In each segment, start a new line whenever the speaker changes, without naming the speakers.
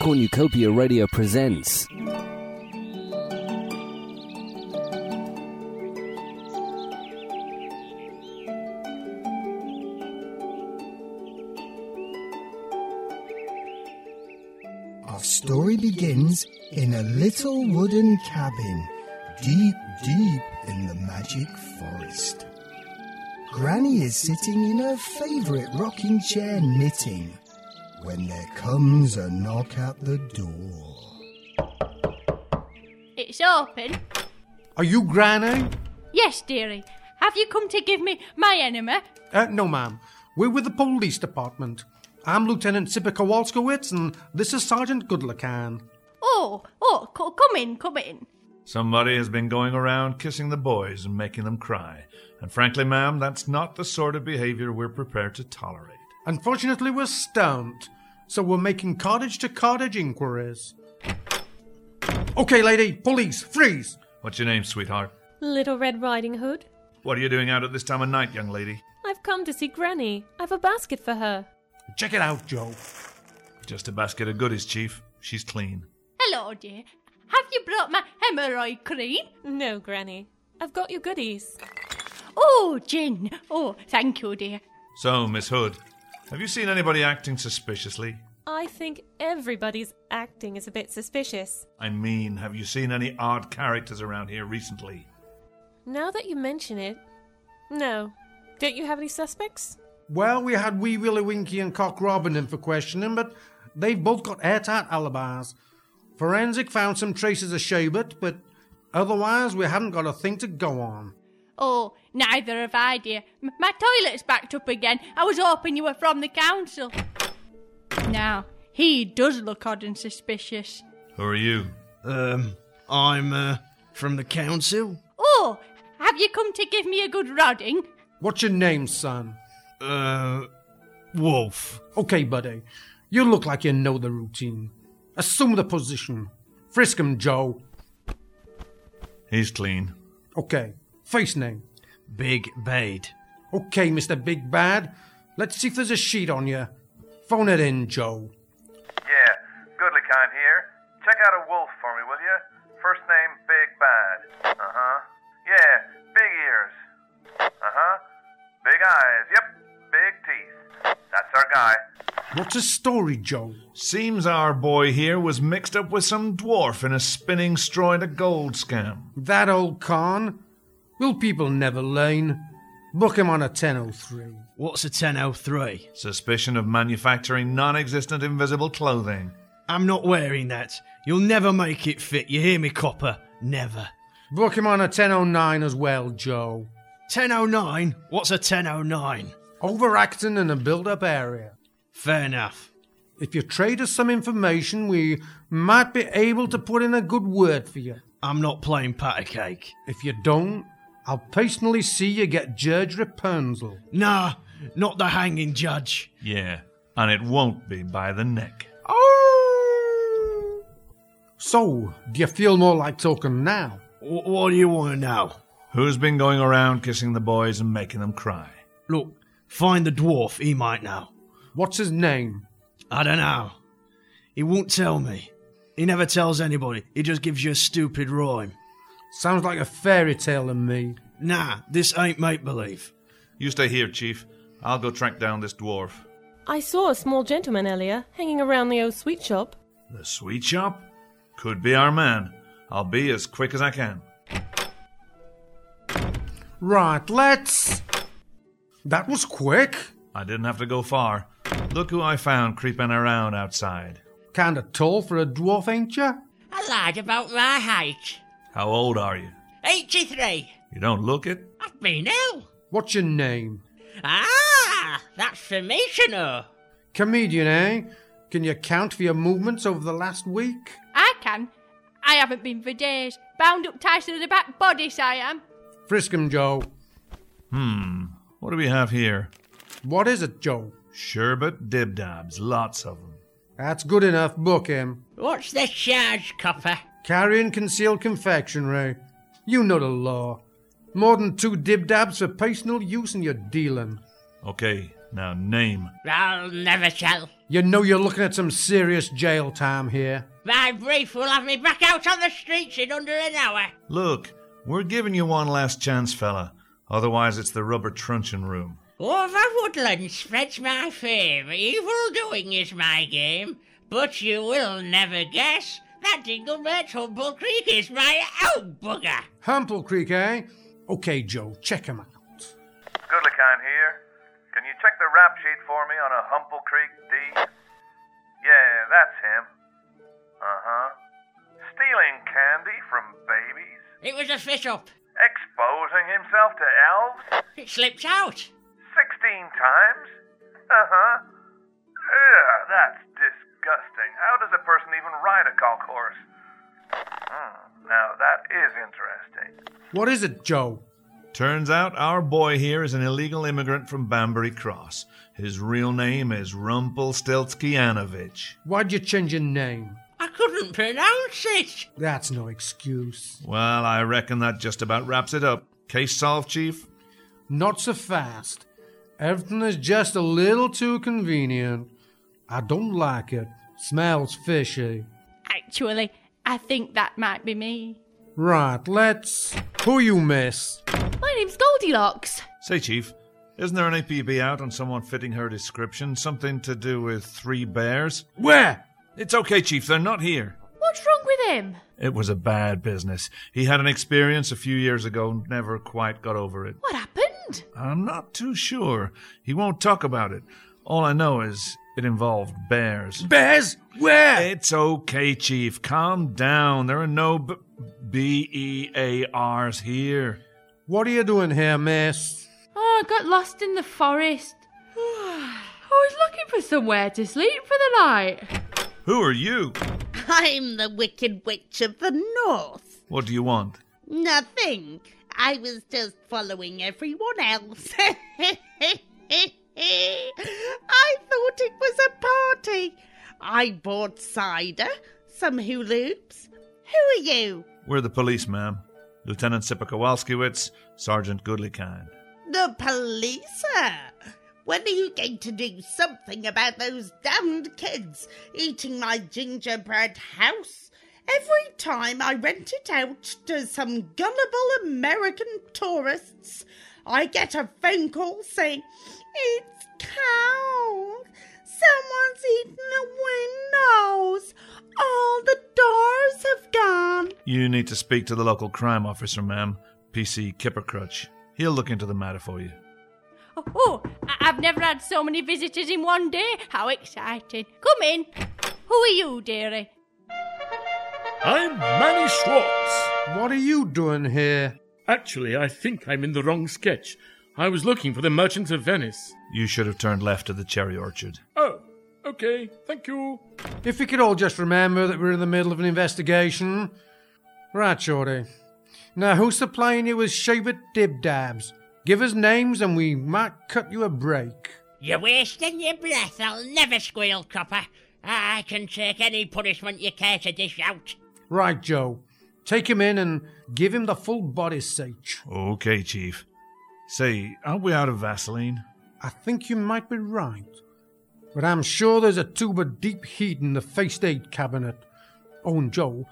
Cornucopia Radio presents.
Our story begins in a little wooden cabin, deep, deep in the magic forest. Granny is sitting in her favourite rocking chair knitting when there comes a knock at the door.
It's open.
Are you eh? Granny?
Yes, dearie. Have you come to give me my enema?
Uh, no, ma'am. We're with the police department. I'm Lieutenant Sipper Kowalskowitz, and this is Sergeant Goodlacan.
Oh, oh, co- come in, come in.
Somebody has been going around kissing the boys and making them cry. And frankly, ma'am, that's not the sort of behavior we're prepared to tolerate.
Unfortunately, we're stoned, so we're making cottage to cottage inquiries. Okay, lady, police, freeze!
What's your name, sweetheart?
Little Red Riding Hood,
What are you doing out at this time of night, young lady?
I've come to see Granny. I've a basket for her.
Check it out, Joe.
Just a basket of goodies, Chief. She's clean.
Hello, dear. Have you brought my hemorrhoid cream?
No, Granny. I've got your goodies.
Oh, gin. Oh, thank you, dear.
So, Miss Hood, have you seen anybody acting suspiciously?
I think everybody's acting is a bit suspicious.
I mean, have you seen any odd characters around here recently?
Now that you mention it. No. Don't you have any suspects?
Well, we had Wee Willie Winky and Cock Robin in for questioning, but they've both got airtight alibis. Forensic found some traces of sherbet, but otherwise, we haven't got a thing to go on.
Oh, neither have I, dear. M- my toilet's backed up again. I was hoping you were from the council. Now, he does look odd and suspicious.
Who are you?
Um, I'm uh, from the council.
Oh, have you come to give me a good rodding?
What's your name, son?
Uh, Wolf.
Okay, buddy. You look like you know the routine. Assume the position. Frisk him, Joe.
He's clean.
Okay. Face name.
Big Bade.
Okay, Mr. Big Bad. Let's see if there's a sheet on you. Phone it in, Joe.
Yeah, Goodlykind here. Check out a wolf for me, will you? First name Big Bad. Uh huh. Yeah, big ears. Uh huh. Big eyes. Yep. Big teeth. That's our guy.
What's his story, Joe?
Seems our boy here was mixed up with some dwarf in a spinning straw into gold scam.
That old con? Will people never learn? Book him on a 1003.
What's a 1003?
Suspicion of manufacturing non existent invisible clothing.
I'm not wearing that. You'll never make it fit. You hear me, copper? Never.
Book him on a 1009 as well, Joe.
1009? What's a 1009?
Overacting in a build up area.
Fair enough.
If you trade us some information, we might be able to put in a good word for you.
I'm not playing patty cake.
If you don't, I'll personally see you get Judge Rapunzel.
Nah, not the hanging judge.
Yeah, and it won't be by the neck.
Oh!
So, do you feel more like talking now?
Wh- what do you want to know?
Who's been going around kissing the boys and making them cry?
Look, find the dwarf. He might know.
What's his name?
I don't know. He won't tell me. He never tells anybody. He just gives you a stupid rhyme.
Sounds like a fairy tale to me.
Nah, this ain't make believe.
You stay here, Chief. I'll go track down this dwarf.
I saw a small gentleman earlier hanging around the old sweet shop.
The sweet shop? Could be our man. I'll be as quick as I can.
Right, let's. That was quick.
I didn't have to go far. Look who I found creeping around outside.
Kinda tall for a dwarf, ain't ya?
A lad about my height.
How old are you?
83.
You don't look it.
I've been ill.
What's your name?
Ah, that's for me to know.
Comedian, eh? Can you count for your movements over the last week?
I can. I haven't been for days. Bound up tight to the back bodice, I am.
Frisk him, Joe.
Hmm, what do we have here?
What is it, Joe?
Sherbet dibdabs, lots of them.
That's good enough, book him.
What's the charge, copper?
Carrying concealed confectionery. You know the law. More than two dibdabs for personal use and you're dealing.
Okay, Now name.
I'll never tell.
You know you're looking at some serious jail time here.
My brief will have me back out on the streets in under an hour.
Look, we're giving you one last chance, fella. Otherwise, it's the rubber truncheon room.
Over woodland spreads my fame. Evil doing is my game. But you will never guess that Dinglebirch Humble Creek is my own bugger.
Hample Creek, eh? Okay, Joe, check him out.
Goodlikine here. Can you check the rap sheet for me on a Humble Creek D? Yeah, that's him. Uh huh. Stealing candy from babies?
It was a fish up.
Exposing himself to elves?
It slipped out.
16 times? Uh huh. Yeah, that's disgusting. How does a person even ride a cock horse? Hmm, now that is interesting.
What is it, Joe?
Turns out our boy here is an illegal immigrant from Banbury Cross. His real name is Rumpelstiltskianovich.
Why'd you change your name?
I couldn't pronounce it.
That's no excuse.
Well, I reckon that just about wraps it up. Case solved, Chief?
Not so fast. Everything is just a little too convenient. I don't like it. Smells fishy.
Actually, I think that might be me.
Right, let's. Who you miss?
My name's Goldilocks.
Say, Chief, isn't there an APB out on someone fitting her description? Something to do with three bears?
Where?
It's okay, Chief, they're not here.
What's wrong with him?
It was a bad business. He had an experience a few years ago and never quite got over it.
What happened?
I'm not too sure. He won't talk about it. All I know is it involved bears.
Bears? Where?
It's okay, Chief. Calm down. There are no b- B-E-A-R's here.
What are you doing here, miss?
Oh, I got lost in the forest. I was looking for somewhere to sleep for the night.
Who are you?
I'm the Wicked Witch of the North.
What do you want?
Nothing. I was just following everyone else. I thought it was a party. I bought cider, some hoops. Who are you?
We're the police, ma'am. Lieutenant Sipakowalskiewicz, Sergeant Goodleykind.
The police. ah. When are you going to do something about those damned kids eating my gingerbread house? Every time I rent it out to some gullible American tourists, I get a phone call saying, It's cold. Someone's eaten a windows. All the doors have gone.
You need to speak to the local crime officer, ma'am, PC Kippercrutch. He'll look into the matter for you.
Oh, oh I- I've never had so many visitors in one day. How exciting. Come in. Who are you, dearie?
I'm Manny Schwartz.
What are you doing here?
Actually, I think I'm in the wrong sketch. I was looking for the Merchant of Venice.
You should have turned left at the cherry orchard.
Oh, okay, thank you.
If we could all just remember that we're in the middle of an investigation. Right, Shorty. Now, who's supplying you with sherbet dib dabs? Give us names and we might cut you a break.
You're wasting your breath. I'll never squeal, copper. I can take any punishment you care to dish out.
Right, Joe. Take him in and give him the full body sage.
Okay, Chief. Say, aren't we out of Vaseline?
I think you might be right. But I'm sure there's a tube of deep heat in the first aid cabinet. Oh, and Joe,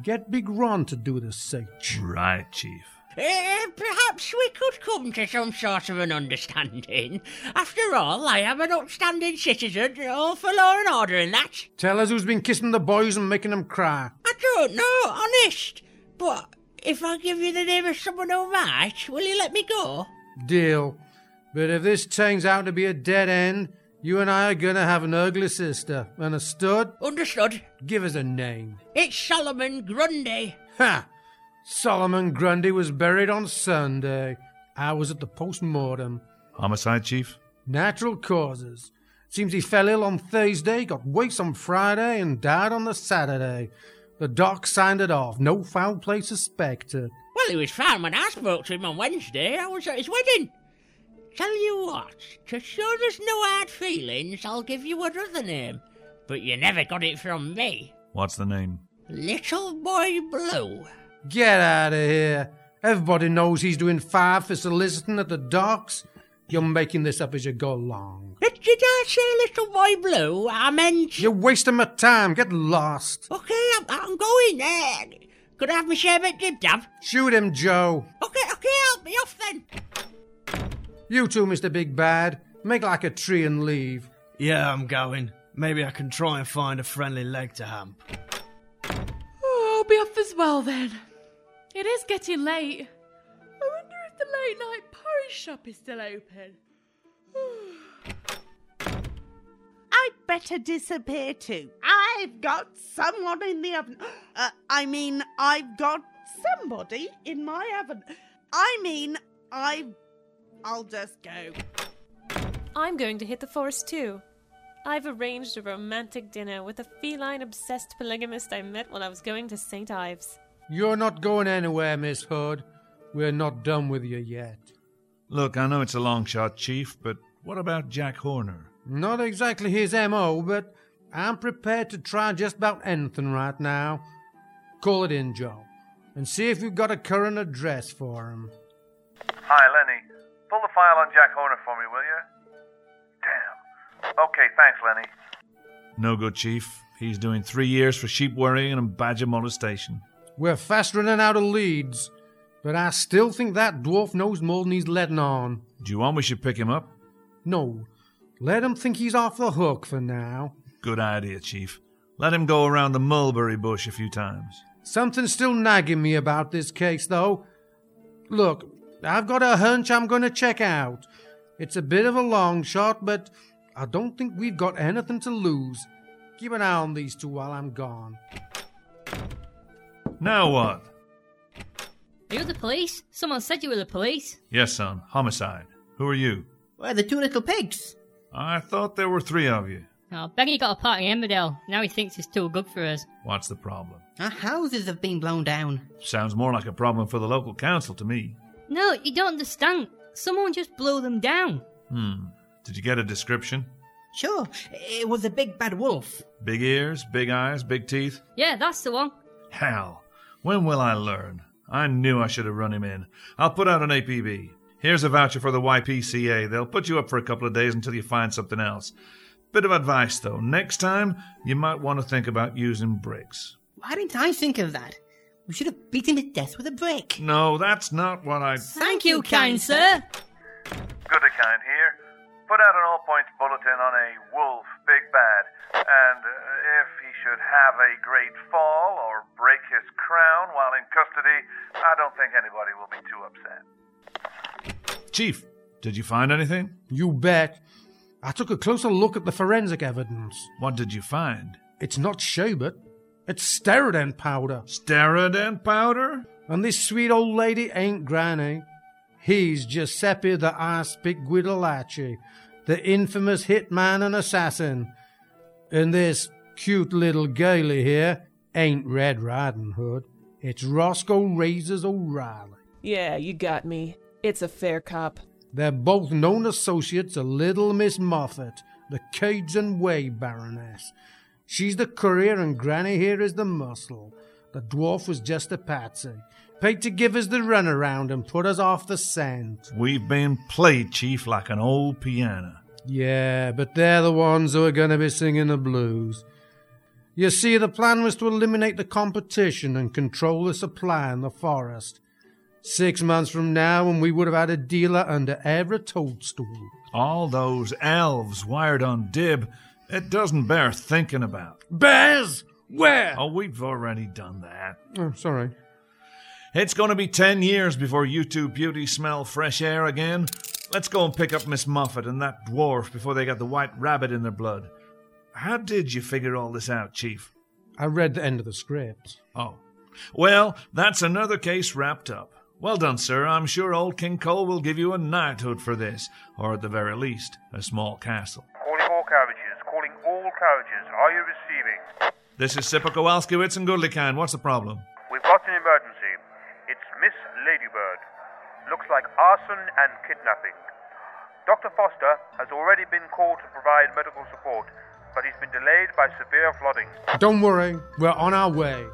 get Big Ron to do the sage.
Right, Chief.
Eh, perhaps we could come to some sort of an understanding. After all, I am an upstanding citizen, all for law and order and that.
Tell us who's been kissing the boys and making them cry.
I don't know, honest. But if I give you the name of someone who might, will you let me go?
Deal. But if this turns out to be a dead end, you and I are gonna have an ugly sister. And a stud,
Understood.
give us a name.
It's Solomon Grundy.
Ha! Solomon Grundy was buried on Sunday. I was at the post mortem.
Homicide, Chief?
Natural causes. Seems he fell ill on Thursday, got worse on Friday, and died on the Saturday. The doc signed it off. No foul play suspected.
Well, he was fine when I spoke to him on Wednesday. I was at his wedding. Tell you what, to show there's no hard feelings, I'll give you another name. But you never got it from me.
What's the name?
Little Boy Blue.
Get out of here. Everybody knows he's doing five for soliciting at the docks. You're making this up as you go along.
Did I say little boy blue? I meant.
You're wasting my time. Get lost.
Oh.
Okay, I'm, I'm going there. Could I have my share of it, Jib Jab?
Shoot him, Joe.
Okay, okay, help me off then.
You too, Mr. Big Bad. Make like a tree and leave.
Yeah, I'm going. Maybe I can try and find a friendly leg to hamp.
Oh, I'll be off as well then. It is getting late. I wonder if the late night pie shop is still open.
I'd better disappear too. I've got someone in the oven. Uh, I mean, I've got somebody in my oven. I mean, I. I'll just go.
I'm going to hit the forest too. I've arranged a romantic dinner with a feline obsessed polygamist I met while I was going to St. Ives.
You're not going anywhere, Miss Hood. We're not done with you yet.
Look, I know it's a long shot, Chief, but what about Jack Horner?
Not exactly his MO, but I'm prepared to try just about anything right now. Call it in, Joe, and see if you've got a current address for him.
Hi, Lenny. Pull the file on Jack Horner for me, will you? Damn. Okay, thanks, Lenny.
No go, Chief. He's doing three years for sheep worrying and badger molestation.
We're fast running out of leads, but I still think that dwarf knows more than he's letting on.
Do you want we should pick him up?
No, let him think he's off the hook for now.
Good idea, Chief. Let him go around the mulberry bush a few times.
Something's still nagging me about this case, though. Look, I've got a hunch I'm going to check out. It's a bit of a long shot, but I don't think we've got anything to lose. Keep an eye on these two while I'm gone.
Now what?
Are you the police? Someone said you were the police.
Yes, son. Homicide. Who are you?
Why the two little pigs?
I thought there were three of you.
Oh, Beggy got a part in Emmerdale. Now he thinks it's too good for us.
What's the problem?
Our houses have been blown down.
Sounds more like a problem for the local council to me.
No, you don't understand. Someone just blew them down.
Hmm. Did you get a description?
Sure, it was a big bad wolf.
Big ears, big eyes, big teeth?
Yeah, that's the one.
Hell, when will I learn? I knew I should have run him in. I'll put out an APB. Here's a voucher for the YPCA. They'll put you up for a couple of days until you find something else. Bit of advice though, next time you might want to think about using bricks.
Why didn't I think of that? We should have beaten him to death with a brick.
No, that's not what I.
Thank you, kind sir.
Good account here. Put out an all points bulletin on a wolf, big bad, and uh, if he should have a great fall or break his crown while in custody, I don't think anybody will be too upset.
Chief, did you find anything?
You bet. I took a closer look at the forensic evidence.
What did you find?
It's not sherbet. It's sterodent powder.
Sterodent powder?
And this sweet old lady ain't Granny. He's Giuseppe the Ice Pig Guidolacci, the infamous hitman and assassin. And this cute little girlie here ain't Red Riding Hood. It's Roscoe Razors O'Reilly.
Yeah, you got me. It's a fair cop.
They're both known associates of Little Miss Moffat, the Cajun Way Baroness. She's the courier and Granny here is the muscle. The dwarf was just a patsy, paid to give us the runaround and put us off the scent.
We've been played, Chief, like an old piano.
Yeah, but they're the ones who are going to be singing the blues. You see, the plan was to eliminate the competition and control the supply in the forest. Six months from now, and we would have had a dealer under every toadstool.
All those elves wired on Dib, it doesn't bear thinking about.
Bears? Where?
Oh, we've already done that.
Oh, sorry.
It's going to be ten years before you two beauties smell fresh air again. Let's go and pick up Miss Moffat and that dwarf before they got the white rabbit in their blood. How did you figure all this out, Chief?
I read the end of the script.
Oh. Well, that's another case wrapped up. Well done, sir. I'm sure old King Cole will give you a knighthood for this, or at the very least, a small castle.
Calling all carriages, calling all carriages. Are you receiving?
This is Sipper Kowalskiewicz and Goodlikan. What's the problem?
We've got an emergency. It's Miss Ladybird. Looks like arson and kidnapping. Dr. Foster has already been called to provide medical support, but he's been delayed by severe flooding.
Don't worry, we're on our way.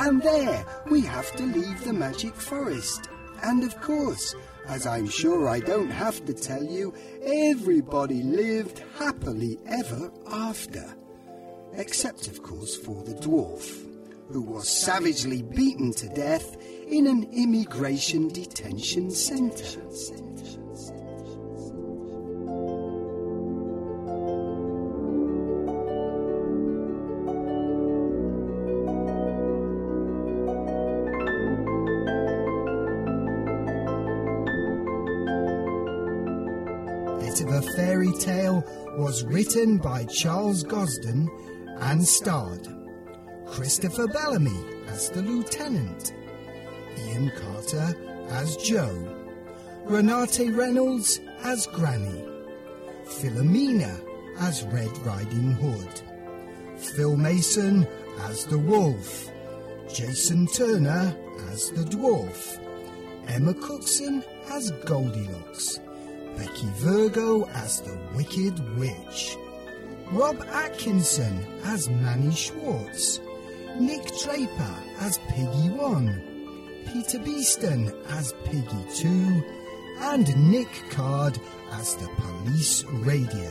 And there, we have to leave the magic forest. And of course, as I'm sure I don't have to tell you, everybody lived happily ever after. Except, of course, for the dwarf, who was savagely beaten to death in an immigration detention centre. Bit of a Fairy Tale was written by Charles Gosden and starred Christopher Bellamy as the Lieutenant, Ian Carter as Joe, Renate Reynolds as Granny, Philomena as Red Riding Hood, Phil Mason as the Wolf, Jason Turner as the Dwarf, Emma Cookson as Goldilocks. Becky Virgo as the Wicked Witch, Rob Atkinson as Manny Schwartz, Nick Draper as Piggy One, Peter Beeston as Piggy Two, and Nick Card as the Police Radio.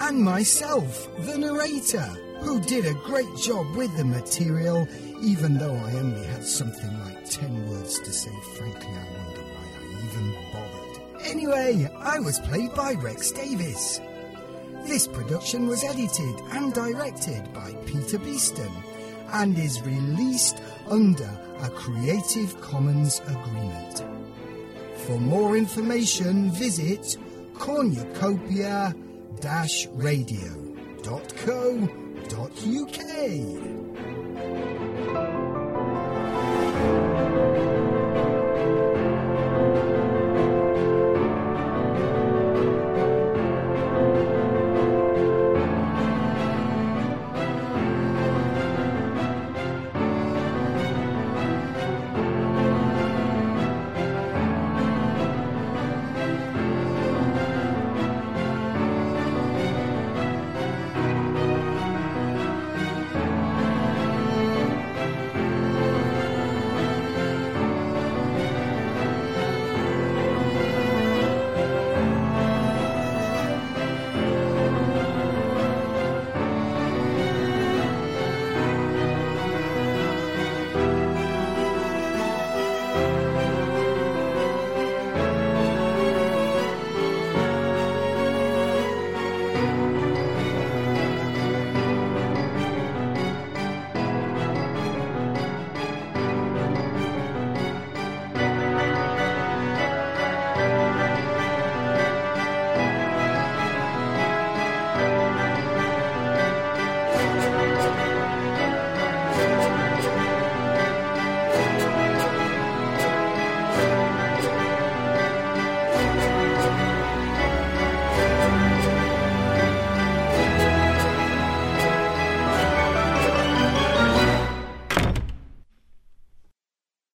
And myself, the narrator, who did a great job with the material, even though I only had something like 10 words to say. Frankly, I wonder why I even bothered. Anyway, I was played by Rex Davis. This production was edited and directed by Peter Beeston and is released under a Creative Commons agreement. For more information, visit cornucopia-radio.co.uk.